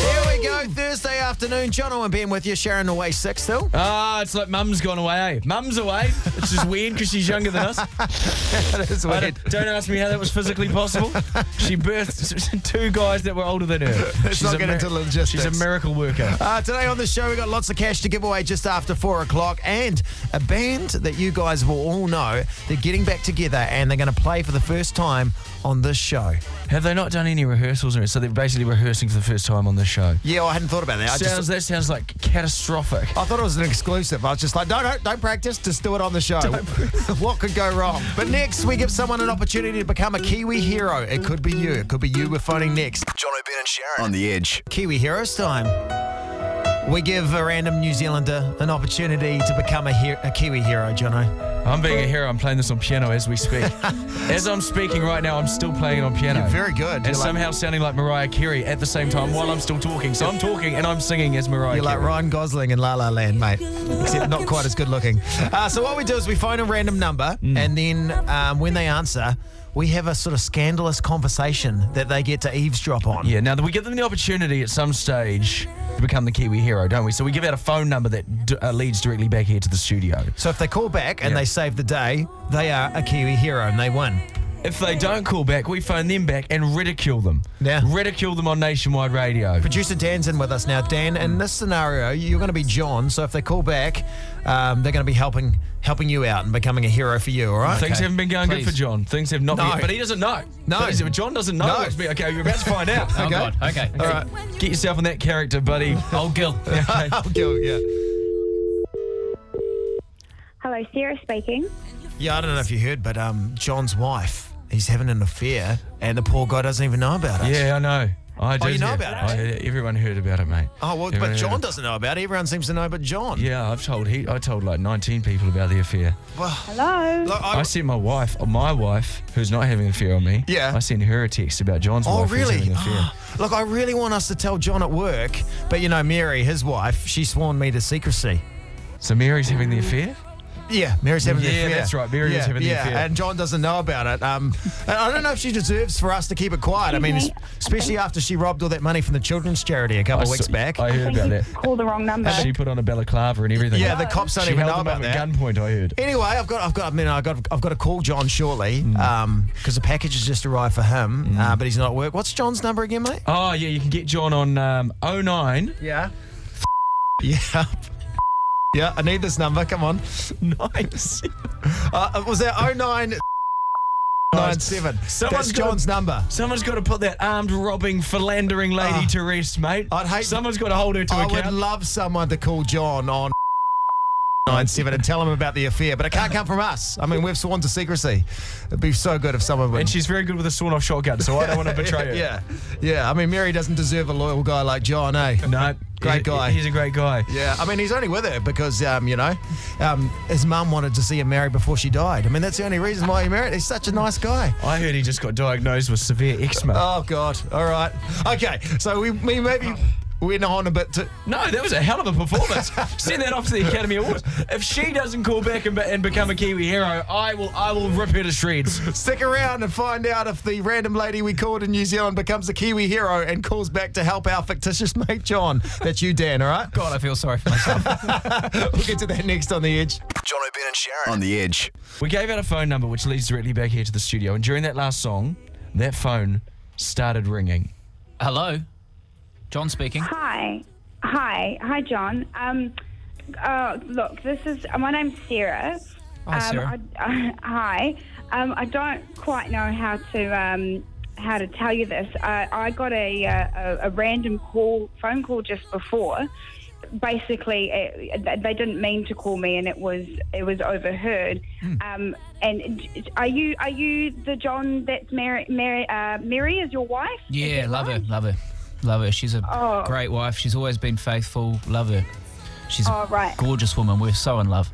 So Thursday afternoon, John Owen being with you, Sharon away six still. Ah, it's like mum's gone away. eh? Mum's away. It's just weird because she's younger than us. I don't, don't ask me how that was physically possible. She birthed two guys that were older than her. Let's not get into logistics. She's a miracle worker. Uh, today on the show, we got lots of cash to give away just after four o'clock, and a band that you guys will all know. They're getting back together, and they're going to play for the first time on this show. Have they not done any rehearsals? Or, so they're basically rehearsing for the first time on this show. Yeah, well, I hadn't thought about that. I sounds, just. that sounds like catastrophic. I thought it was an exclusive. I was just like, no, no, don't practice, just do it on the show. what could go wrong? But next, we give someone an opportunity to become a Kiwi hero. It could be you. It could be you we're phoning next. John O'Brien and Sharon on the edge. Kiwi Heroes time. We give a random New Zealander an opportunity to become a, he- a Kiwi hero, Jono. I'm being a hero. I'm playing this on piano as we speak. as I'm speaking right now, I'm still playing it on piano. You're very good. You're And somehow sounding like Mariah Carey at the same time while I'm still talking. So I'm talking and I'm singing as Mariah You're like Carey. Ryan Gosling in La La Land, mate. Except not quite as good looking. Uh, so what we do is we phone a random number, Mm. and then um, when they answer, we have a sort of scandalous conversation that they get to eavesdrop on. Yeah, now that we give them the opportunity at some stage to become the Kiwi hero, don't we? So we give out a phone number that d- uh, leads directly back here to the studio. So if they call back and Yeah. they save the day, they are a Kiwi hero and they win. If they don't call back, we phone them back and ridicule them. Yeah. Ridicule them on nationwide radio. Producer Dan's in with us now. Dan, in this scenario, you're going to be John. So if they call back, um, they're going to be helping helping you out and becoming a hero for you. All right. Things haven't been going Please. good for John. Things have not No. been. But he doesn't know. No. Things- John doesn't know. No. what's been- Okay, you're about to find out. Oh, Okay. God. Okay. All right. Get yourself in that character, buddy. Old Gil. Okay. I'll go. Yeah. Hello, Sarah speaking. Yeah. I don't know if you heard, but um, John's wife, he's having an affair, and the poor guy doesn't even know about it. Yeah, I know. I do. Oh, you know yeah. about it? I heard Everyone heard about it, mate. Oh well, Everyone but heard John it. doesn't know about it. Everyone seems to know, but John. Yeah, I've told he. I told like 19 people about the affair. Well, Hello. look, I- I sent my wife, my wife, who's not having an affair on me. Yeah. I sent her a text about John's Oh, wife. Who's really? having an affair. Look, I really want us to tell John at work, but you know, Mary, his wife, she sworn me to secrecy. so Mary's having the affair. Yeah, Mary's having the Yeah, affair. that's right, Mary is yeah, having the yeah, affair. and John doesn't know about it. Um, and I don't know if she deserves for us to keep it quiet. I mean, Excuse me, especially after she robbed all that money from the children's charity a couple of I weeks saw- back. I heard Thank about you. that. Called the wrong number. She put on a balaclava and everything. yeah, the cops don't she even know held them about up that. at gunpoint. I heard. Anyway, I've got, I've got, I mean, I've got, I've got to call John shortly Hmm. because the package has just arrived for him, uh, but he's not at work. What's John's number again, mate? Oh yeah, you can get John on um, 09. Yeah. Yeah. Yeah, I need this number. Come on. Nice. Uh, it was there 0997? That's Someone's got- John's number. Someone's got to put that armed, robbing, philandering lady Ah. to rest, mate. I'd hate- Someone's got to hold her to I would account. love someone to call John on 97 and tell him about the affair, but it can't come from us. I mean, we've sworn to secrecy. It'd be so good if someone would. and she's very good with a sawed-off shotgun, so I don't want to betray her. yeah, yeah. I mean, Mary doesn't deserve a loyal guy like John, eh? No, Great he's a- guy. He's a great guy. Yeah, I mean, he's only with her because, um, you know, um, his mum wanted to see him married before she died. I mean, that's the only reason why he married. He's such a nice guy. I heard he just got diagnosed with severe eczema. Oh God! All right. Okay. So we, we maybe went on a bit. To, no, that was a hell of a performance. Send that off to the Academy Awards. If she doesn't call back and, be- and become a Kiwi hero, I will I will rip her to shreds. stick around and find out if the random lady we called in New Zealand becomes a Kiwi hero and calls back to help our fictitious mate John. That's you, Dan. All right. God, I feel sorry for myself. We'll get to that next on the edge. John O'Brien and Sharon on the edge. We gave out a phone number which leads directly back here to the studio, and during that last song, that phone started ringing. Hello. John speaking. Hi. Hi. Hi, John. Um, uh, look, this is my name's Sarah. Hi, um, Sarah. I, hi. Um, I don't quite know how to um, how to tell you this. I, I got a, uh, a a random call, phone call just before. Basically, it, th- they didn't mean to call me, and it was it was overheard. Hmm. Um, and d- are you are you the John that's Mary Mary uh, Mary is your wife? Yeah, love her. Love her. Love her. She's a Oh. great wife. She's always been faithful. Love her. She's Oh, a right. gorgeous woman. We're so in love.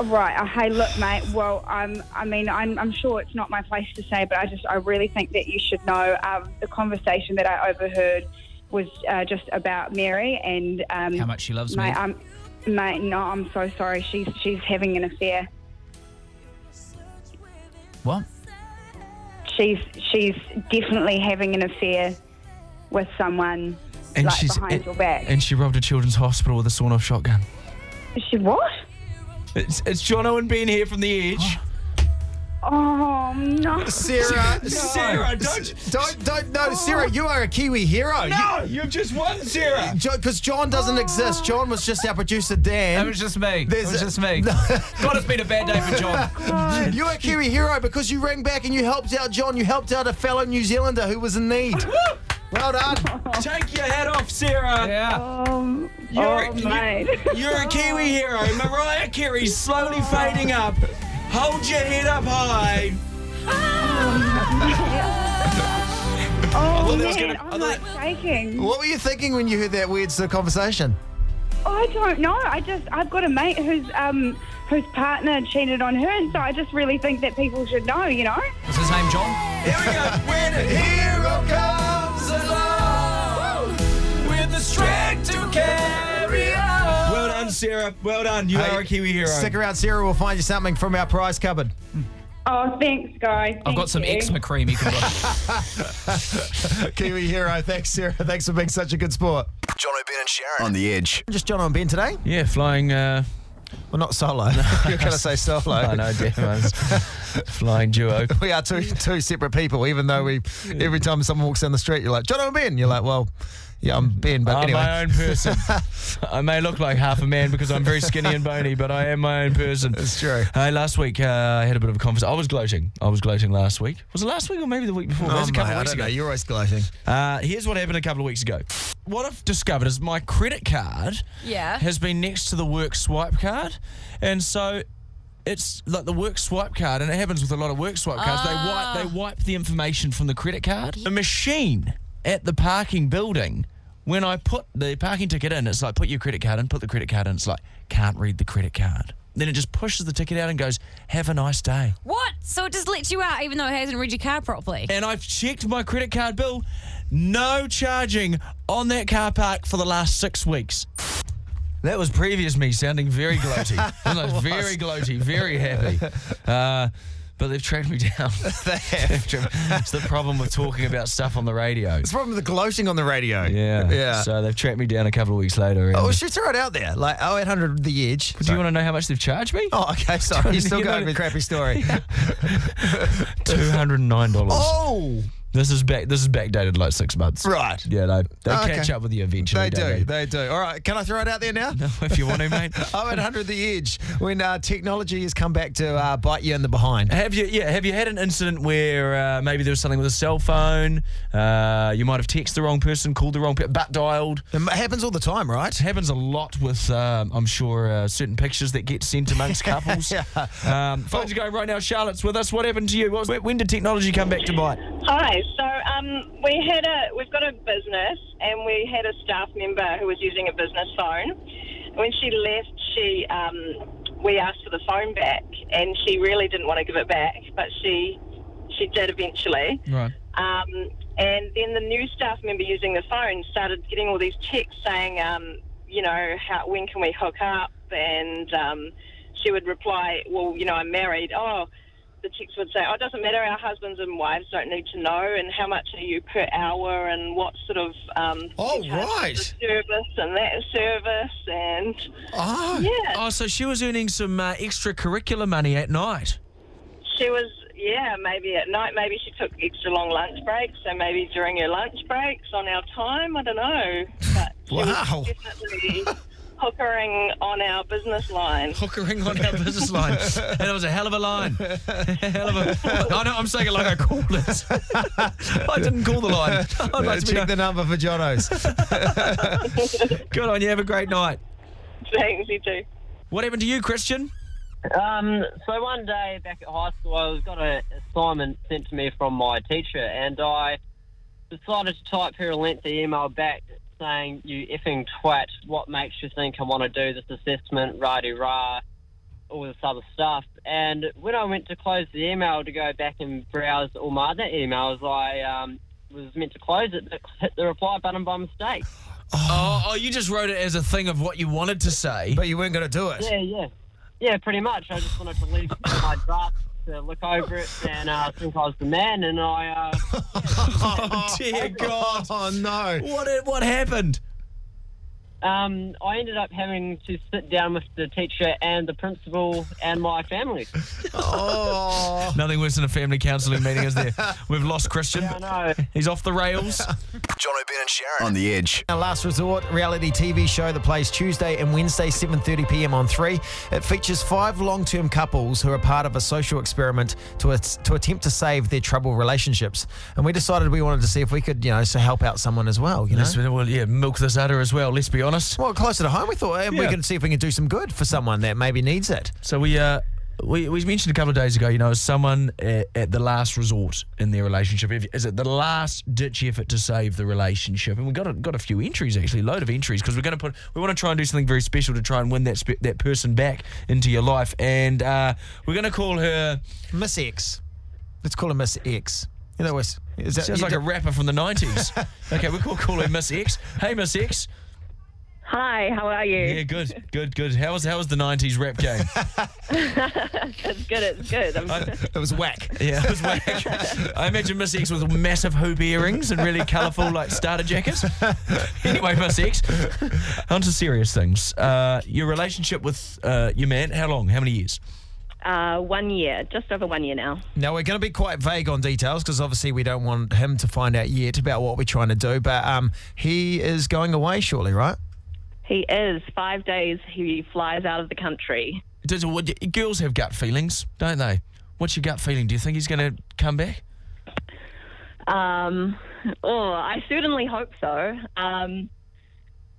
Right. Uh, hey, look, mate. Well, um, I mean, I'm, I'm sure it's not my place to say, but I just, I really think that you should know um, the conversation that I overheard was uh, just about Mary and um, How much she loves me. mate, um, mate, no, I'm so sorry. She's she's having an affair. What? She's she's definitely having an affair with someone. like behind your back. and she robbed a children's hospital with a sawn-off shotgun. she what? It's, it's Jono and Ben here from the Edge. Oh no! Sarah, Sarah, don't- don't, don't, no, Sarah, you are a Kiwi hero. no, you've just won, Sarah. Because John doesn't exist. John was just our producer, Dan. It was just me. It There's was a- just me. God, it's been a bad day for Oh, John. You're a Kiwi hero because you rang back and you helped out John. You helped out a fellow New Zealander who was in need. Well done. Take your hat off, Sarah. Yeah. Um, You're- oh, you- mate. You're a Kiwi hero. Mariah Carey's slowly fading up. Hold your head up high. Oh, that was man, gonna- I I'm thought- like shaking. What were you thinking when you heard that weird sort of conversation? I don't know. I just I've got a mate who's um whose partner cheated on her, and so I just really think that people should know. You know. Is his name John? Here we go. When a hero comes along with the strength to carry on. Well done, Sarah. Well done. You Hey, are a Kiwi hero. Stick around, Sarah. We'll find you something from our prize cupboard. Oh, thanks, guys. I've got some eczema cream you can buy. Kiwi hero. Thanks, Sarah. Thanks for being such a good sport. John O'Brien and Sharon on the edge. Just John and Ben today. Yeah, flying. Uh, Well, not solo. You're going to say solo. I know, demos. flying duo. We are two two separate people, even though we every time someone walks down the street, you're like John and Ben. You're like, well, yeah, I'm Ben, but I'm anyway. my own person. I may look like half a man because I'm very skinny and bony, but I am my own person. It's true. Uh, last week, uh, I had a bit of a conversation. I was gloating. I was gloating last week. Was it last week or maybe the week before? that Oh, was a mate, couple I of weeks don't ago. know. You're always gloating. Uh, here's what happened a couple of weeks ago. What I've discovered is my credit card Yeah. has been next to the work swipe card, and so it's like the work swipe card, and it happens with a lot of work swipe cards. They wipe they wipe the information from the credit card. The machine at the parking building. When I put the parking ticket in, it's like put your credit card in, put the credit card in. It's like can't read the credit card. Then it just pushes the ticket out and goes, "Have a nice day." What? So it just lets you out even though it hasn't read your card properly. and I've checked my credit card bill. No charging on that car park for the last six weeks. That was previous me sounding very gloaty. Wasn't I? very gloaty, very happy. Uh, but they've tracked me down. They've tracked- it's the problem with talking about stuff on the radio. It's from the gloating on the radio. Yeah. yeah. So they've tracked me down a couple of weeks later. and- Oh, well, should throw it out there. Like 0800 The Edge. do you want to know how much they've charged me? Oh, okay. Sorry. You're still You know- going with crappy story. Two hundred and nine dollars. Oh, This is back. This is backdated like six months. right. Oh, Yeah, they they Okay. catch up with you They eventually. don't do. They do. All right. Can I throw it out there now? No, if you want to, mate. I'm at 100 The Edge when uh, technology has come back to uh, bite you in the behind. Have you yeah? Have you had an incident where uh, maybe there was something with a cell phone? Uh, you might have texted the wrong person, called the wrong pe- butt dialed. It happens all the time, right? It happens a lot with um, I'm sure uh, certain pictures that get sent amongst couples. um, phones are going right now. Charlotte's with us. What happened to you? What was, when did technology come back to bite? Hi. So um, we had a we've got a business, and we had a staff member who was using a business phone. When she left, she um, we asked for the phone back, and she really didn't want to give it back, but she she did eventually. Right. Um, and then the new staff member using the phone started getting all these texts saying, um, you know, how, when can we hook up? And um, she would reply, well, you know, I'm married. Oh, the text would say, oh, it doesn't matter. Our husbands and wives don't need to know. And how much are you per hour? And what sort of um, Oh, you charge for right. this service and that service? And Oh, yeah, Oh, so she was earning some uh, extracurricular money at night. she was. Yeah, maybe at night. Maybe she took extra long lunch breaks. So maybe during her lunch breaks on our time. I don't know. But wow. definitely hookering on our business line. Hookering on our business line. And it was a hell of a line. hell of a. I know, I'm saying it like I called it. I didn't call the line. I'd like to be Check the number for Jono's. Good on you. Have a great night. Thanks, you too. What happened to you, Christian? Um, so one day back at high school, I was got an assignment sent to me from my teacher, and I decided to type her a lengthy email back saying, "You effing twat! What makes you think I want to do this assessment? Righty rah, all this other stuff." And when I went to close the email to go back and browse all my other emails, I um, was meant to close it, but hit the reply button by mistake. Oh, oh, you just wrote it as a thing of what you wanted to say. but you weren't going to do it. Yeah, yeah. Yeah, pretty much. I just wanted to leave my draft to look over it and uh, think I was the man, and I uh, Oh, dear God. Oh, no. What, what happened? um, I ended up having to sit down with the teacher and the principal and my family. Oh. Nothing worse than a family counselling meeting, is there? We've lost Christian. I know. He's off the rails. John O'Brien and Sharon on the edge. Our last resort reality TV show that plays Tuesday and Wednesday 7:30 p.m. on 3. It features five long-term couples who are part of a social experiment to at- to attempt to save their troubled relationships. And we decided we wanted to see if we could, you know, so help out someone as well, you know. Let's- well, yeah, milk this udder as well, let's be honest. Well, closer to home, we thought and we Yeah. can see if we can do some good for someone that maybe needs it. So we uh we, we mentioned a couple of days ago, you know, someone at, at the last resort in their relationship. If, is it the last ditch effort to save the relationship? And we got a, got a few entries actually, load of entries because we're going to put we want to try and do something very special to try and win that spe- that person back into your life. And uh, we're going to call her Miss X. Let's call her Miss X. You know, is that, sounds like a rapper from the nineties. okay, we call call her Miss X. Hey, Miss X. Hi, how are you? Yeah, good, good, good. How was how was the nineties rap game? It's good, it's good. I'm, it was whack. Yeah, it was whack. I imagine Miss X with massive hoop earrings and really colourful like starter jackets. anyway, Miss X, on to serious things. Uh, your relationship with uh, your man, how long? How many years? uh, one year, just over one year now. Now we're going to be quite vague on details because obviously we don't want him to find out yet about what we're trying to do. But um, he is going away shortly, right? He is five days. He flies out of the country. Does, what, girls have gut feelings, don't they? What's your gut feeling? Do you think he's going to come back? Um, oh, I certainly hope so. Um,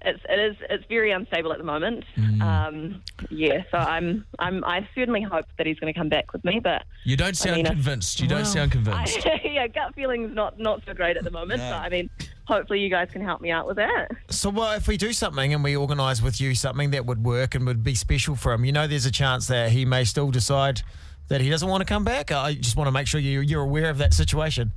it's it is it's very unstable at the moment. Um, yeah, so I'm I'm I certainly hope that he's going to come back with me, but You don't sound mean, I- convinced. You don't sound convinced. I, yeah, gut feeling's not not so great at the moment. But I mean, hopefully you guys can help me out with that. So, well, if we do something and we organise with you something that would work and would be special for him, you know, there's a chance that he may still decide that he doesn't want to come back. I just want to make sure you, you're aware of that situation.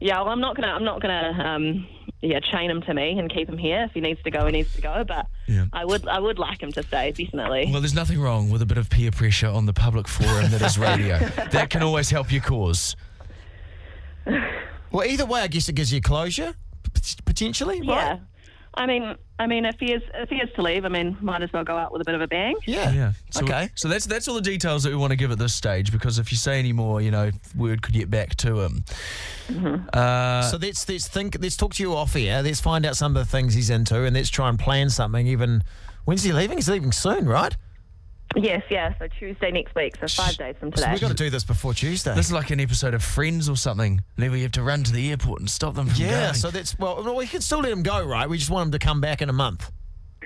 Yeah, well, I'm not gonna, I'm not gonna, um, yeah, chain him to me and keep him here. If he needs to go, he needs to go. But Yeah. I would, I would like him to stay, definitely. Well, there's nothing wrong with a bit of peer pressure on the public forum that is radio. that can always help your cause. Well, either way, I guess it gives you closure, p- potentially, yeah. right? I mean, I mean, if he is, if he is to leave, I mean, might as well go out with a bit of a bang. Yeah. Yeah. So, okay. So that's that's all the details that we want to give at this stage because if you say any more, you know, word could get back to him. Uh, So let's let's think. Let's talk to you off air. Let's find out some of the things he's into, and let's try and plan something. Even when's he leaving? He's leaving soon, right? Yes, yeah. So Tuesday next week, so five days from So today. we've got to do this before Tuesday. this is like an episode of Friends or something. Then we have to run to the airport and stop them from yeah. going. So that's well. well, We can still let him go, right? We just want him to come back in a month.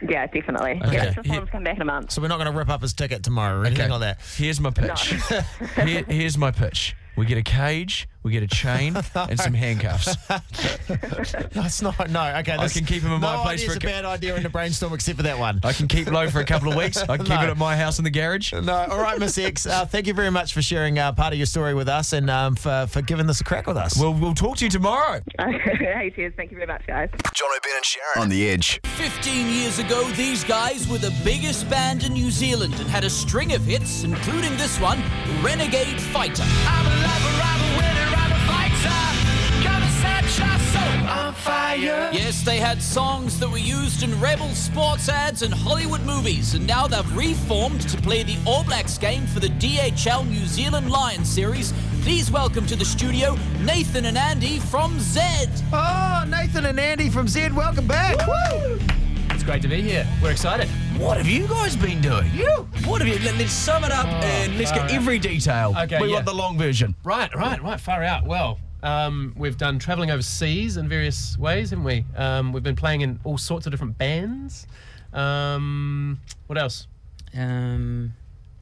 yeah, definitely. Okay. Yeah, just Yeah. want him to come back in a month. So we're not going to rip up his ticket tomorrow or anything like that. Here's my pitch. Here, here's my pitch. We get a cage, we get a chain, and some handcuffs. That's not no. Okay. I can keep him in no my place idea's for a a bad idea in the brainstorm except for that one. I can keep low for a couple of weeks. I can keep No. it at my house in the garage. No, all right, Miss X. Uh, thank you very much for sharing uh, part of your story with us and um, for, for giving this a crack with us. We'll, we'll talk to you tomorrow. hey, cheers. Thank you very much, guys. John O'Brien and Sharon on the edge. 15 years ago, these guys were the biggest band in New Zealand and had a string of hits, including this one, Renegade Fighter. I'm a lover, I'm a winner, I'm a fighter. Come and set your soul on fire. Yes, they had songs that were used in rebel sports ads and Hollywood movies, and now they've reformed to play the All Blacks game for the DHL New Zealand Lions series. Please welcome to the studio Nathan and Andy from Zed. Oh, Nathan and Andy from Zed, welcome back. Woo! It's great to be here. We're excited. What have you guys been doing? You. What have you? Let, us sum it up Oh, and let's get every detail. Okay, We yeah. want the long version. Right, right, right. Far out. Well, um, we've done traveling overseas in various ways, haven't we? Um, we've been playing in all sorts of different bands. Um, what else? Um,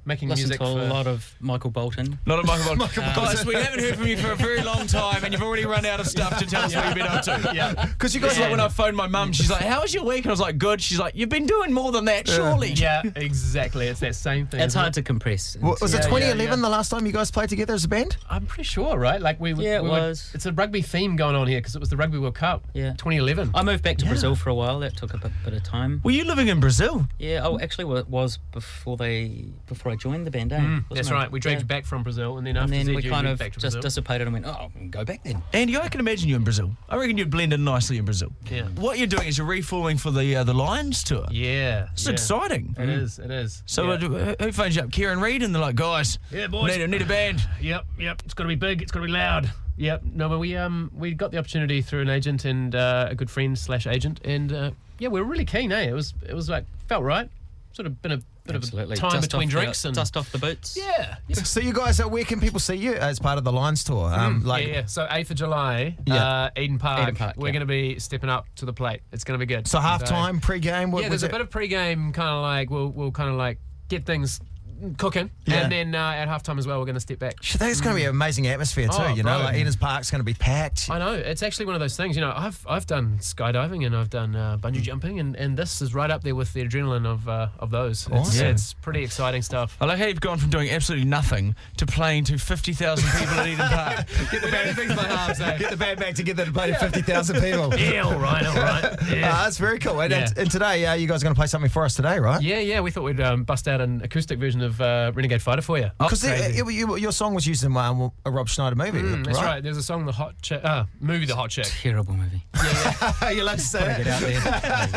Making music. for, of Michael Bolton. Not a Michael Bolton. Guys, we haven't heard from you for a very long time, and you've already run out of stuff to tell us what you've been up to. Yeah. Because you guys, like when I phoned my mum, she's like, "How was your week?" And I was like, "Good." She's like, "You've been doing more than that, surely." yeah, exactly. It's that same thing. It's isn't hard it? to compress. Wa- Was it Yeah, yeah, 2011 yeah. the last time you guys played together as a band? I'm pretty sure, right? Like we. Yeah, it we was. it's a rugby theme going on here because it was the Rugby World Cup. Yeah. 2011. I moved back to Brazil for a while. That took a bit, bit of time. Were you living in Brazil? Yeah. Oh, actually, wa- it was before they before I I joined the band, eh? Mm, Wasn't that's I? right. We dragged Yeah. you back from Brazil, and then And after then Zed, we you kind went of back to just Brazil. dissipated and went, oh, I can go back then. Andy, I can imagine you in Brazil. I reckon you'd blend in nicely in Brazil. Yeah. What you're doing is you're reforming for the uh, the Lions tour. Yeah, it's yeah. exciting. It Mm. is, It is. So Yeah. uh, who- who phones you up? Kieran Reid, and they're like, guys, Yeah, boys. need a need a band. Yep, yep. It's got to be big. It's got to be loud. Yep. No, but we um we got the opportunity through an agent and uh, a good friend slash agent, and uh, yeah, we were really keen. Eh, it was it was like felt right. Sort of been a bit Absolutely. of time Dust off between the- drinks and dust off the boots. Yeah. So you guys, uh, where can people see you as part of the Lions tour? Mm, Um, like, yeah, yeah. So eighth of July, Yeah. uh, Eden Park. Eden Park, We're yeah. going to be stepping up to the plate. It's going to be good. so halftime, pre-game. What was yeah, there's a it? bit of pre-game kind of like we'll we'll kind of like get things cooking, Yeah. and then uh, at halftime as well we're going to step back. Shit, That's going to be an amazing atmosphere too. Oh, you know, bro. like Eden's Park's going to be packed. I know it's actually one of those things. You know, I've I've done skydiving and I've done uh, Mm. bungee jumping, and, and this is right up there with the adrenaline of uh, of those. It's, Awesome. it's pretty exciting stuff. I like how you've gone from doing absolutely nothing to playing to 50,000 people at Eden Park. Get the band things by halves. Eh? Get the band back together to play to 50,000 people. Yeah, all right, all right. Yeah. Ah, that's very cool. And, Yeah. and today, uh, you guys are going to play something for us today, right? Yeah, yeah. We thought we'd um, bust out an acoustic version of uh, Renegade Fighter for you. Because uh, your song was used in um, a Rob Schneider movie. Mm, that's right. There's a song, the hot chick, uh, movie, the hot chick. Terrible movie. you love to say that.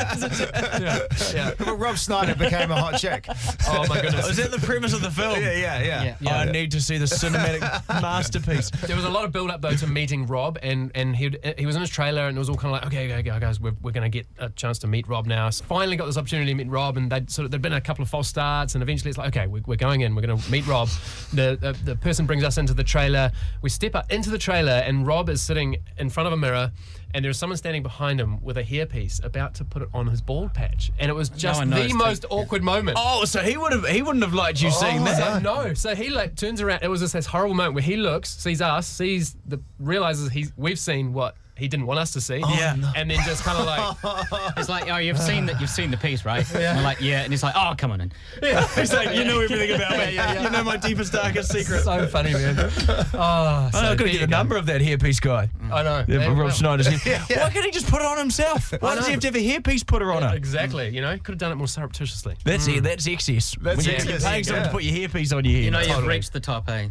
yeah, Well, Rob Schneider became a hot chick. Oh my goodness. Is that the premise of the film? Yeah, yeah, yeah. I need to see the cinematic masterpiece. There was a lot of build up though to meeting Rob, and and he he was in his trailer, and it was all kind of like, okay, okay, okay, guys, we're, we're gonna get a chance to meet Rob now. So finally got this opportunity to meet Rob, and they'd sort of there'd been a couple of false starts, and eventually it's like, okay, we're, we're going in, we're gonna meet Rob. The, the the person brings us into the trailer. We step up into the trailer, and Rob is sitting in front of a mirror. And there was someone standing behind him with a hairpiece about to put it on his bald patch. And it was just one the noticed most awkward moment. Oh, so he would have he wouldn't have liked you seeing Oh, that. So, no, so he like turns around. It was just this horrible moment where he looks, sees us, sees the realizes he's we've seen what he didn't want us to see. Oh, Yeah. no. and then just kind of like It's like, oh, you've seen that. You've seen the piece, right? Yeah. And I'm like, yeah. And he's like, oh, come on in. Yeah. He's like, you know everything about me. You know my deepest, darkest secret. So funny, man. Oh, I know, I've got to get a number of that hairpiece guy. Mm. I know. Yeah, They Rob will. Schneider's hair. Why can't he just put it on himself? Why I does he know. have to have a hairpiece put her on her? Exactly. You know, could have done it more surreptitiously. Mm. That's it. That's excess. That's when you're excess, paying someone yeah. to put your hairpiece on your head. You know, you've reached the top, eh?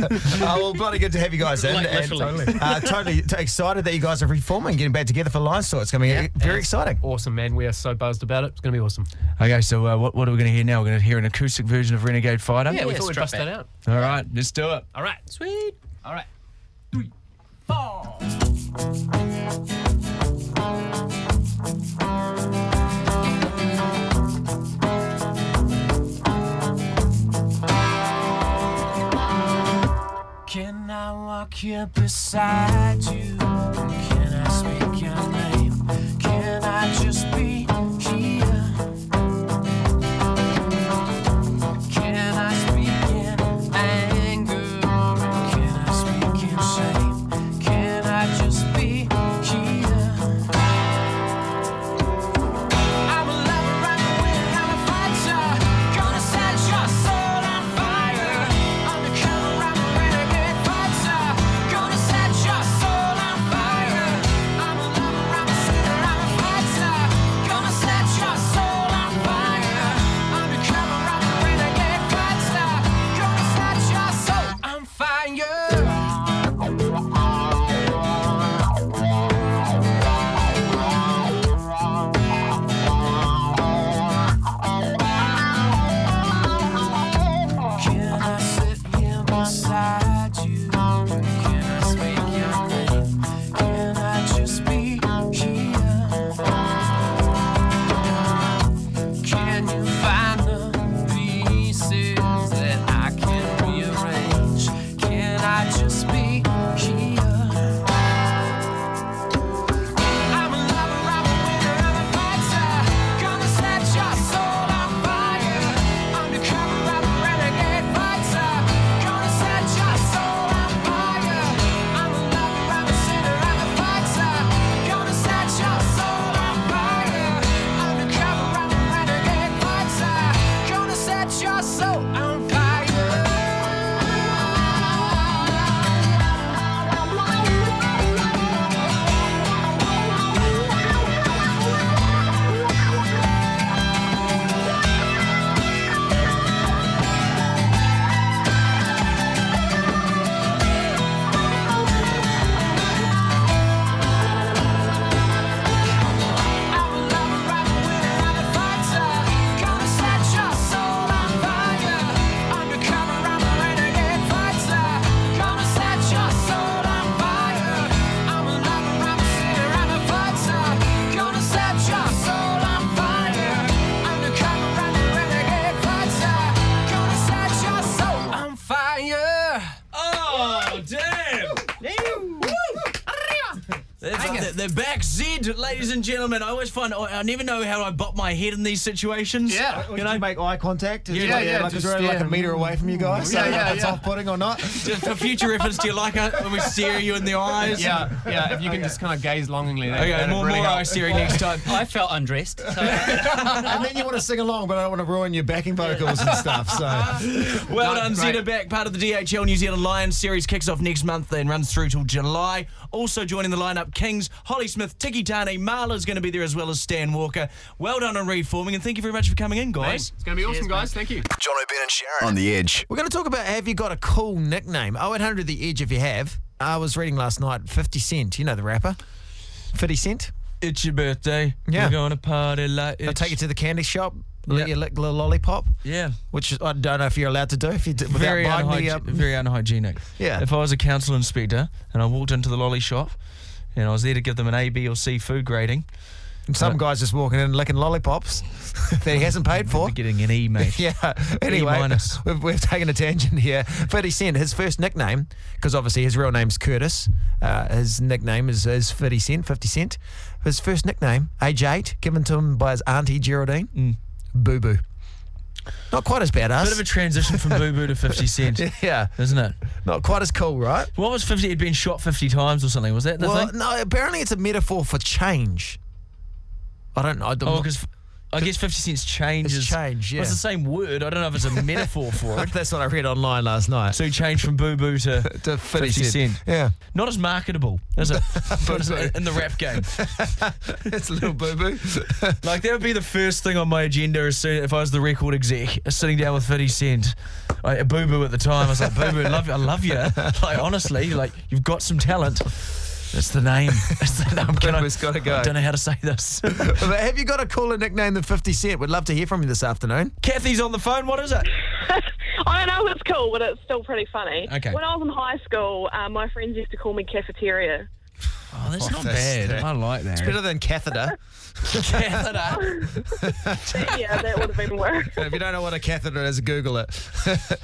Oh, well, bloody good to have you guys in. Like, and, literally. uh, totally t- excited that you guys are reforming, getting back together for Lions Tour. It's going to be uh, very exciting. Awesome, man. We are so buzzed about it. It's going to be awesome. Okay, so uh, what, what are we going to hear now? We're going to hear an acoustic version of Renegade Fighter. Yeah, we thought we'd bust that out. All right, let's do it. All right. Sweet. All right. Can I walk here beside you? Can I speak your name? Can I just be here? Can I speak in anger? Can I speak in shame? Can I just be here? I'm a lover, I'm a winner, I'm a fighter. Gonna set your soul on fire. Undercover, I'm a renegade fighter. Gonna set your soul on Oh, they're back. Zed, ladies and gentlemen, I always find I, I never know how I bop my head in these situations. Yeah. Would you know, make eye contact. Yeah, Yeah, yeah, yeah. Like, just, it's already like yeah. a meter away from you guys. Yeah, so yeah, if it's yeah. off-putting or not. just for future reference, do you like it when we stare you in the eyes? Yeah, yeah. If you can just kind of gaze longingly. That, Okay, that'd more, really more help. eye staring next time. I felt undressed. and then you want to sing along, but I don't want to ruin your backing vocals and stuff. So Well No, done, great. Zeta back. Part of the DHL New Zealand Lions series kicks off next month and runs through till July. Also joining the lineup, Kings, Holly Smith, Tiki Tane, Marla's going to be there as well as Stan Walker. Well done on reforming, and thank you very much for coming in, guys. It's going to be awesome, guys. Thank you. John O'Brien and Sharon on the edge. We're going to talk about have you got a cool nickname? 0800 The Edge if you have. I was reading last night 50 Cent, you know the rapper. 50 Cent. It's your birthday. Yeah. We're going to party like They'll it's- take you to the candy shop, let you lick a little lollipop, Yeah. which I don't know if you're allowed to do if you did, without Very, buying unhyg- the. Um, very unhygienic. Yeah. If I was a council inspector and I walked into the lolly shop and I was there to give them an A, B, or C food grading, some guy's just walking in and licking lollipops that he hasn't paid for. Getting an E, mate. E Yeah. Anyway, minus. we've, we've taken a tangent here. 50 Cent, his first nickname, because obviously his real name's Curtis, uh, his nickname is, is 50 Cent, 50 Cent. His first nickname, age eight, given to him by his auntie Geraldine, Mm. Boo Boo. Not quite as badass. Bit of a transition from Boo Boo to 50 Cent. yeah. Isn't it? Not quite as cool, right? What was 50? He'd been shot 50 times or something. Was that the well, thing? no, apparently it's a metaphor for change. I don't know. I don't Oh, because I guess 50 Cent's change It's is. change, well, it's yeah. the same word. I don't know if it's a metaphor for it. That's what I read online last night. So he changed from Boo Boo to, to 50, 50 Cent. Cent. Yeah. Not as marketable, is it? Not as- in the rap game. it's a little boo boo. Like, that would be the first thing on my agenda as soon, if I was the record exec, is sitting down with 50 Cent. I, Boo Boo at the time, I was like, Boo Boo, love you, I love you. Like, honestly, like, you've got some talent. That's the name. That's the name. Can I- Boo-Boo's gotta go. I don't know how to say this. But have you got a cooler nickname than 50 Cent? We'd love to hear from you this afternoon. Kathy's on the phone. What is it? I don't know if it's cool, but it's still pretty funny. Okay. When I was in high school, uh, my friends used to call me cafeteria. Oh, that's Oh, not that's- bad. that- I like that. It's better than catheter. Catheter. yeah, that would have been worse. if you don't know what a catheter is, Google it.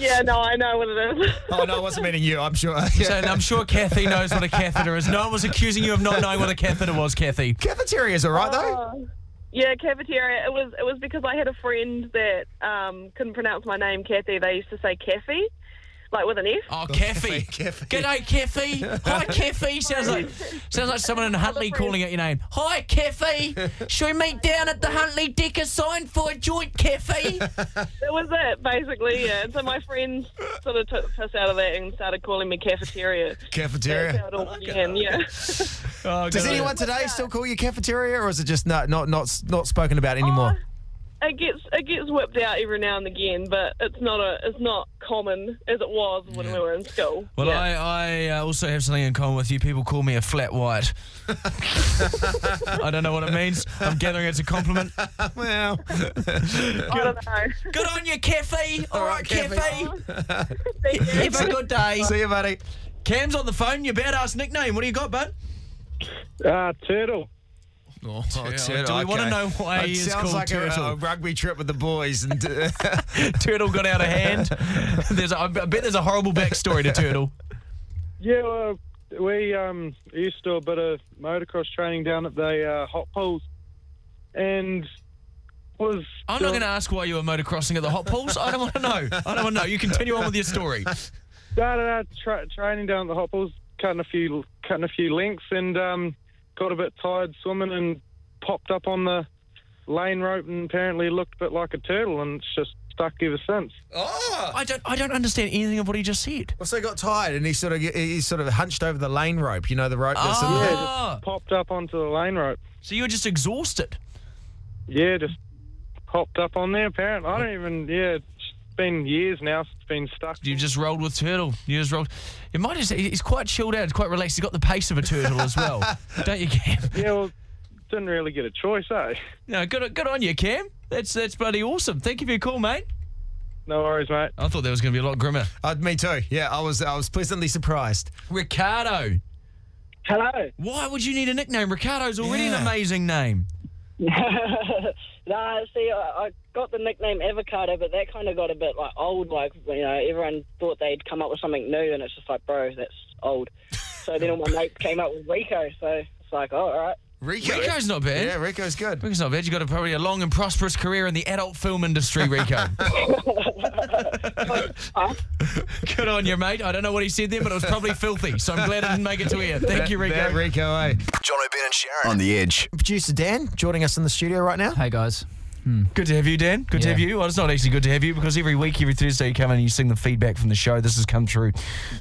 Yeah, no, I know what it is. oh, no, I wasn't meaning you, I'm sure. So I'm sure Kathy knows what a catheter is. No one was accusing you of not knowing what a catheter was, Kathy. Cafeteria's all right, though. Oh. yeah, cafeteria. It was it was because I had a friend that um, couldn't pronounce my name, Kathy. They used to say Kathy, like with an F. Oh, Kathy. G'day, Kathy. Hi, Kathy. Sounds like sounds like someone in Huntley calling out your name. Hi, Kathy. Should we meet down at the Huntley Decker sign for a joint, Kathy? That was it, basically. Yeah. And so my friends sort of took the piss out of that and started calling me cafeteria. That's how Cafeteria. it all began. Yeah. Does anyone today still call you cafeteria, or is it just not not not not spoken about anymore? It gets it gets whipped out every now and again, but it's not a it's not common as it was when we were in school. Well, yeah. I, I uh, also have something in common with you. People call me a flat white. I don't know what it means. I'm gathering it's a compliment. well, I don't know. Good on you, Kathy. All right, Kathy. Thank you. good day. see you, buddy. Cam's on the phone. Your badass nickname. What do you got, bud? Ah, turtle. Oh, Do we want to know why it he is sounds called like a, Turtle? a rugby trip with the boys, and uh, Turtle got out of hand. There's, a, I bet there's a horrible backstory to Turtle. Yeah, well, we um, used to do a bit of motocross training down at the uh, hot pools, and was. I'm not going to ask why you were motocrossing at the hot pools. I don't want to know. I don't want to know. You continue on with your story. No, no, no, tra- training down at the hot pools, cutting a few, cutting a few links, and um, got a bit tired swimming, and popped up on the lane rope, and apparently looked a bit like a turtle, and it's just stuck ever since. oh, I don't, I don't understand anything of what he just said. well, so he got tired, and he sort of he sort of hunched over the lane rope, you know, the rope that's in the Ah, Popped up onto the lane rope. so you were just exhausted. Yeah, just popped up on there. Apparently, I don't even. Yeah, it's been years now. since It's been stuck. You just rolled with Turtle. You just rolled. It might just, he's quite chilled out, quite relaxed. He's got the pace of a turtle as well. don't you, Cam? Yeah, well, didn't really get a choice, eh? No, good, good on you, Cam. That's, that's bloody awesome. Thank you for your call, mate. No worries, mate. I thought there was going to be a lot grimmer. Uh, me too. Yeah, I was I was pleasantly surprised. Ricardo. Hello. Why would you need a nickname? Ricardo's already Yeah. an amazing name. nah, see, I, I got the nickname Avocado, but that kind of got a bit like old. Like you know, everyone thought they'd come up with something new, and it's just like, bro, that's old. So then all my mates came up with Rico. So it's like, oh, all right. Rico. Rico's not bad. Yeah, Rico's good. Rico's not bad. You've got a, probably a long and prosperous career in the adult film industry, Rico. good on you, mate. I don't know what he said there, but it was probably filthy. So I'm glad I didn't make it to air. Thank That- you, Rico. that Rico, eh? John O'Brien and Sharon on the edge. Producer Dan joining us in the studio right now. Hey, guys. Hmm. Good to have you, Dan. Good to Yeah. have you. Well, it's not actually good to have you because every week, every Thursday, you come in and you sing the feedback from the show. This has come through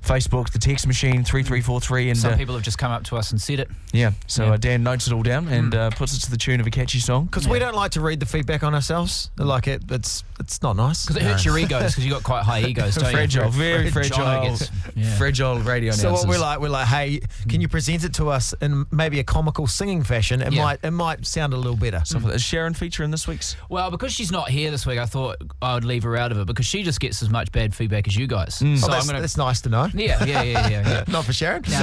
Facebook, the text machine, 3343. And Some uh, people have just come up to us and said it. Yeah, so Uh, Dan notes it all down and uh, puts it to the tune of a catchy song. Because we don't like to read the feedback on ourselves. Like it, it's it's not nice. Because it hurts your egos, because you've got quite high egos, don't you? fragile, very fragile, gets- fragile radio. So what announcers. we're like, we're like, hey, can you present it to us in maybe a comical singing fashion? It Yeah. might it might sound a little better. is Sharon featuring this week's? Well, because she's not here this week, I thought I would leave her out of it because she just gets as much bad feedback as you guys. Mm. Oh, So that's, I'm going that's nice to know. Yeah, yeah, yeah, yeah, yeah. Not for Sharon. Good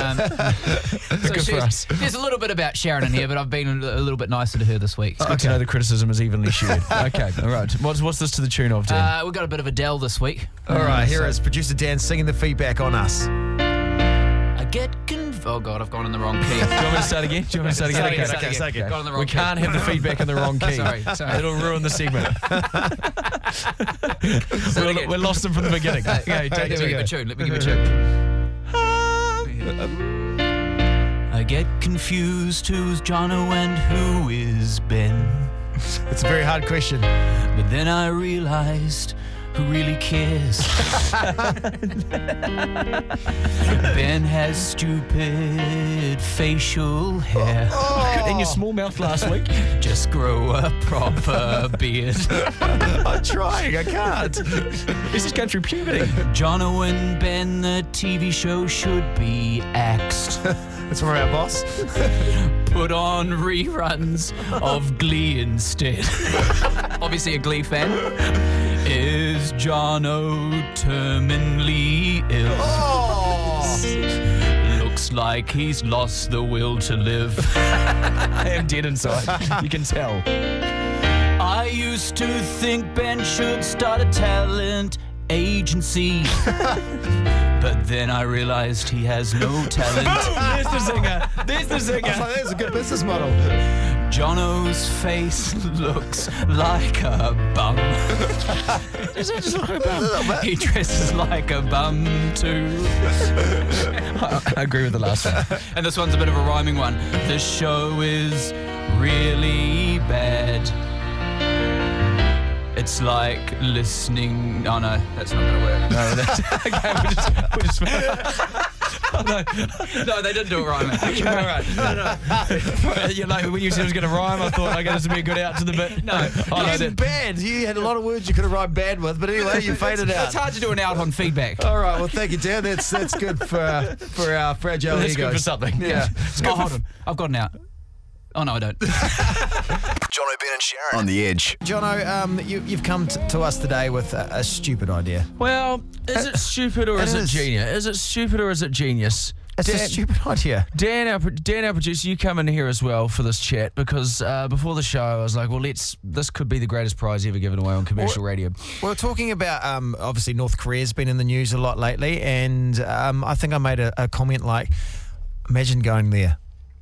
for us. There's a little bit about Sharon in here, but I've been a a little bit nicer to her this week. It's good to know the criticism is evenly shared. okay, all right. What's, what's this to the tune of, Dan? Uh, we got a bit of Adele this week. All right, here So- is producer Dan singing the feedback on us. I get conv- Oh god, I've gone in the wrong key. Do you want me to start again? Do you want me to start again? Okay, okay, start again. Gone in the wrong we key. can't have the feedback in the wrong key. sorry, sorry. It'll ruin the segment. we're, we're lost them from the beginning. Okay, Let take me two. give a tune. Let me give a tune. I get confused who's Jono and who is Ben. It's a very hard question. But then I realized who really cares. ben has stupid facial hair. In your small mouth last week. Just grow a proper beard. I'm trying, I can't. This is country puberty. John Owen Ben, the TV show should be axed. That's from our boss. Put on reruns of Glee instead. Obviously, a Glee fan. Is John O terminally ill? Oh. Looks like he's lost the will to live. I am dead inside. You can tell. I used to think Ben should start a talent agency. but then I realized he has no talent. There's the singer. There's the I was singer. like, that's a good business model. Jono's face looks like a bum. Does it just look like a bum? He dresses like a bum too. I, I agree with the last one. And this one's a bit of a rhyming one. The show is really bad. It's like listening. Oh no, that's not gonna work. No, that's, okay, we just, we just, Oh, No, they didn't do it rhyming. okay, all right. No, no. you know, when you said it was going to rhyme, I thought, okay, this would be a good out to the bit. Oh, No, Oh, You I know did that. bad. You had a lot of words you could have rhymed bad with, but anyway, you faded out. It's hard to do an out on feedback. All right, well, thank you, Dan. That's that's good for uh, for our fragile That's egos. good for something. Yeah. Oh, hold on. I've got an out. Oh no, I don't. John O'Brien and Sharon on the edge. Jono, um, you, you've come t- to us today with a, a stupid idea. Well, is it stupid or is It it is. genius? Is it stupid or is it genius? It's a Dan- stupid idea. Dan, our, pro- Dan, our producer, you come in here as well for this chat because uh, before the show, I was like, well, let's. This could be the greatest prize ever given away on commercial radio. Well, talking about um, obviously North Korea's been in the news a lot lately, and um, I think I made a, a comment like, imagine going there.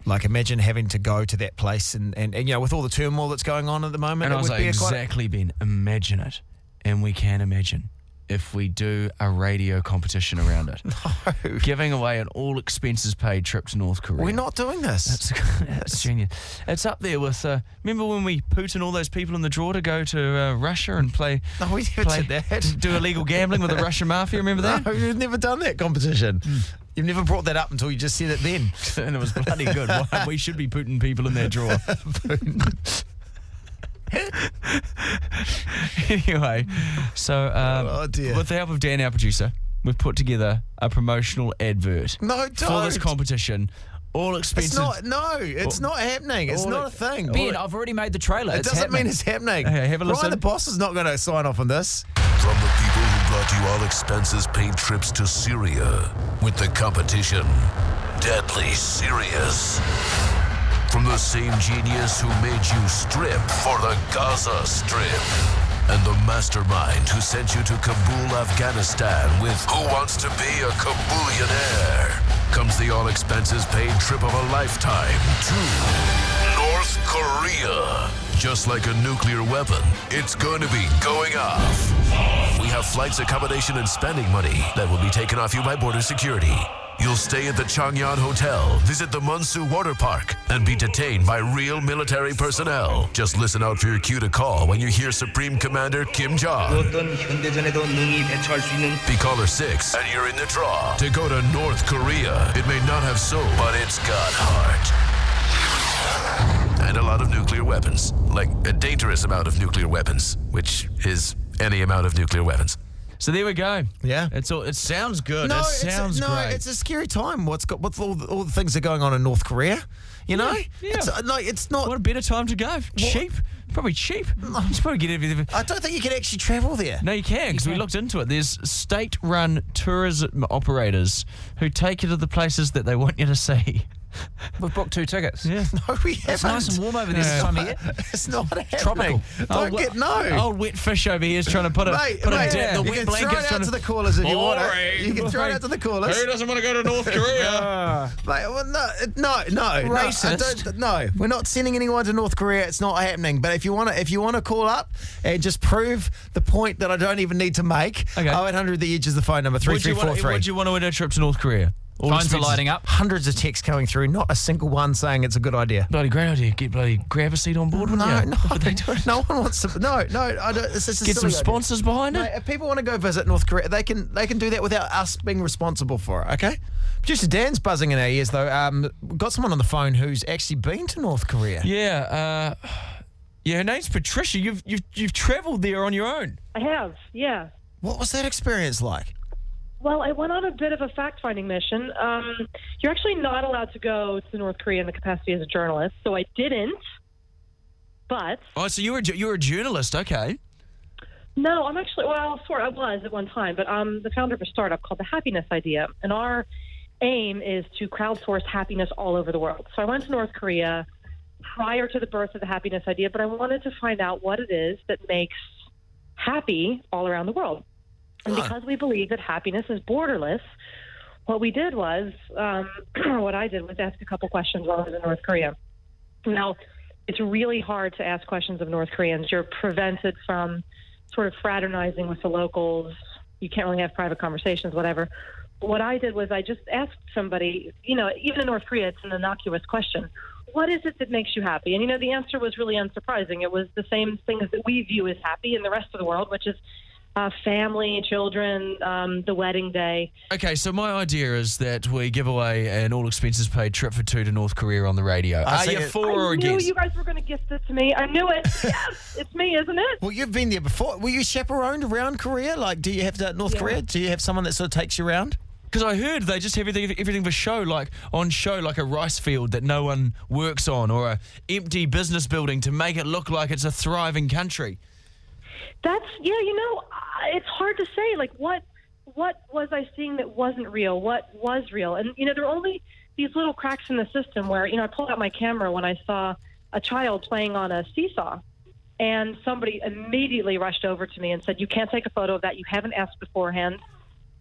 Like imagine having to go to that place and, and, and you know with all the turmoil that's going on at the moment, And it I was would like, be a quite- exactly, Ben. Imagine it. And we can imagine if we do a radio competition around it. no. Giving away an all expenses paid trip to North Korea. We're not doing this. That's, that's genius. It's up there with. Uh, remember when we Putin all those people in the draw to go to uh, Russia and play. no, we never play did that. Do illegal gambling with the Russian mafia. Remember that? Hmm. No, you've never done that competition. You've never brought that up until you just said it then. and it was bloody good. Why- we should be putting people in their drawer. anyway, so um, Oh, dear. with the help of Dan, our producer, we've put together a promotional advert No, for this don't. competition. All It's expenses. not. No, it's not happening. It's all not a it- thing. Ben, I've already made the trailer. It It's doesn't happening. mean it's happening. Okay, have a listen. Ryan, the boss is not going to sign off on this. From the people who brought you all expenses paid trips to Syria with the competition Deadly Serious. From the same genius who made you strip for the Gaza Strip. And the mastermind who sent you to Kabul, Afghanistan with Who Wants to Be a Kabulionaire? comes the all expenses paid trip of a lifetime to North Korea. Just like a nuclear weapon, it's going to be going off. We have flights, accommodation, and spending money that will be taken off you by border security. You'll stay at the Changyan Hotel, visit the Munsu Water Park, and be detained by real military personnel. Just listen out for your cue to call when you hear Supreme Commander Kim Jong. Be caller 6, and you're in the draw to go to North Korea. It may not have soul, but it's got heart. And a lot of nuclear weapons. Like a dangerous amount of nuclear weapons, which is any amount of nuclear weapons. So there we go. Yeah. It's all, it sounds good. no, it it's a- sounds no, great. it's a scary time. What's got what's all the, all the things that are going on in North Korea? You know, it's uh, like it's not. What a better time to go? Cheap, probably cheap. You should probably get everything. I don't think you can actually travel there. No, you can because we looked into it. There's state-run tourism operators who take you to the places that they want you to see. We've booked two tickets. Yeah. No, we haven't. It's nice and warm over there this It's time of not- year. It's not happening. Tropical. Don't get no. Old wet fish over here is trying to put a mate, put mate, a dent- the you wet can throw blankets it out trying to the callers if you want it. Boring. You can throw it out to the callers. Who doesn't want to go to North Korea? Mate, well, no, no, no, no, I Racist. don't- no, we're not sending anyone to North Korea. It's not happening. But if you want to, if you want to call up and just prove the point that I don't even need to make, okay. 0800 the edge is the phone number three Would three you four want, three. would you want to win a trip to North Korea? All expenses- up. Hundreds of texts coming through. Not a single one saying it's a good idea. Bloody great idea. Get bloody grab a seat on board, wouldn't No, you? no, no one wants to. No, no, I don't. It's, it's a Get some silly idea. sponsors behind it. Mate, if people want to go visit North Korea, they can they can do that without us being responsible for it. Okay. Producer Dan's buzzing in our ears though. Um, we've got someone on the phone who's actually been to North Korea. Yeah, uh, yeah. Her name's Patricia. You've you've you've travelled there on your own. I have, yeah. What was that experience like? Well, I went on a bit of a fact finding mission. Um, you're actually not allowed to go to North Korea in the capacity as a journalist, so I didn't. But Oh, so you were a ju- you were a journalist. Okay. no, I'm actually, well, sort of, I was at one time, but I'm the founder of a startup called The Happiness Idea. And our aim is to crowdsource happiness all over the world. So I went to North Korea prior to the birth of The Happiness Idea, but I wanted to find out what it is that makes happy all around the world. And because we believe that happiness is borderless, what we did was, um, what I did was ask a couple questions while I was in North Korea. Now, it's really hard to ask questions of North Koreans. You're prevented from sort of fraternizing with the locals. You can't really have private conversations, whatever. But what I did was I just asked somebody, you know, even in North Korea, it's an innocuous question. What is it that makes you happy? And, you know, the answer was really unsurprising. It was the same things that we view as happy in the rest of the world, which is uh, family, children, um, the wedding day. Okay, so my idea is that we give away an all expenses paid trip for two to North Korea on the radio. I Are see you it. for or I knew against? you guys were going to gift it to me. I knew it. yes, it's me, isn't it? Well, you've been there before. Were you chaperoned around Korea? Like, do you have to North Yeah. Korea? Do you have someone that sort of takes you around? Because I heard they just have everything, everything for show, like on show, like a rice field that no one works on, or a empty business building to make it look like it's a thriving country. That's yeah. You know, uh, it's hard to say. Like what what was I seeing that wasn't real? What was real? And you know, there are only these little cracks in the system where you know I pulled out my camera when I saw a child playing on a seesaw, and somebody immediately rushed over to me and said, "You can't take a photo of that. You haven't asked beforehand."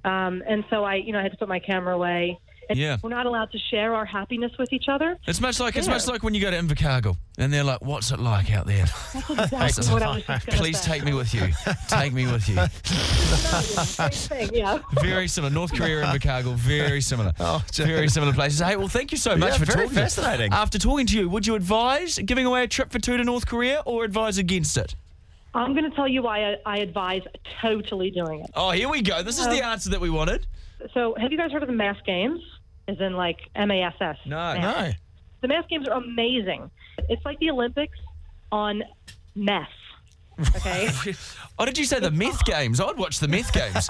Um, and so I, you know, I had to put my camera away. And Yeah. We're not allowed to share our happiness with each other. It's much like it's Yeah. much like when you go to Invercargill and they're like, "What's it like out there?" That's exactly what I was just gonna Please say. take me with you. Take me with you. Thing, yeah. Very similar. North Korea and Invercargill, very similar. very similar places. Hey, well, thank you so Oh, much Yeah, for very talking. to us. fascinating. After talking to you, would you advise giving away a trip for two to North Korea or advise against it? I'm going to tell you why I, I advise totally doing it. Oh, here we go. This is the answer that we wanted. So, have you guys heard of the mass games? As in, like M A S S. No, Mass. no. The mass games are amazing. It's like the Olympics on mess. Okay. Oh, did you say the meth games? I'd watch the meth games.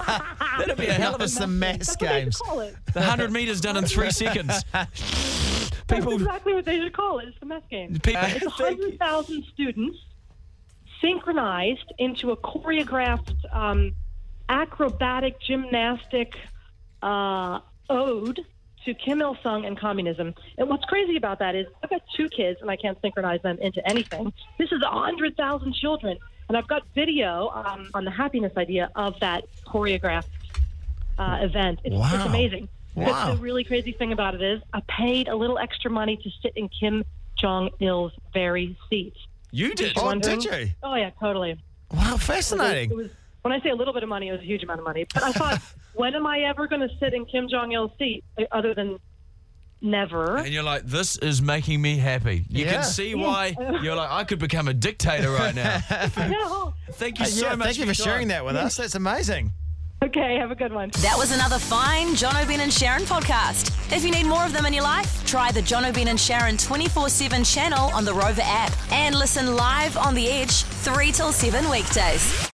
That'd be a hell of a It's the mass That's what they should games. call it. The 100 metres done in three seconds. That's exactly what they should call it. It's the mess games. People- Uh, it's Thank 100,000 students synchronized into a choreographed, um, acrobatic, gymnastic uh, ode to Kim Il sung and communism. And what's crazy about that is I've got two kids and I can't synchronize them into anything. This is 100,000 children. And I've got video um, on the happiness idea of that choreographed uh, event. It's, Wow. it's amazing. Wow. But the really crazy thing about it is, I paid a little extra money to sit in Kim Jong Il's very seat. You did? Just Oh, wondering- did you? Oh yeah, totally. Wow, fascinating. It was, it was- when I say a little bit of money, it was a huge amount of money. But I thought, when am I ever going to sit in Kim Jong Il's seat uh, other than never? And you're like, this is making me happy. You Yeah. can see why Yeah. you're like, I could become a dictator right now. No. Thank you Uh, so yeah, much. Thank you for your sharing time. that with us. That's amazing. Okay, have a good one. That was another fine John O'Brien and Sharon podcast. If you need more of them in your life, try the John O'Brien and Sharon 24 7 channel on the Rover app and listen live on The Edge 3 till 7 weekdays.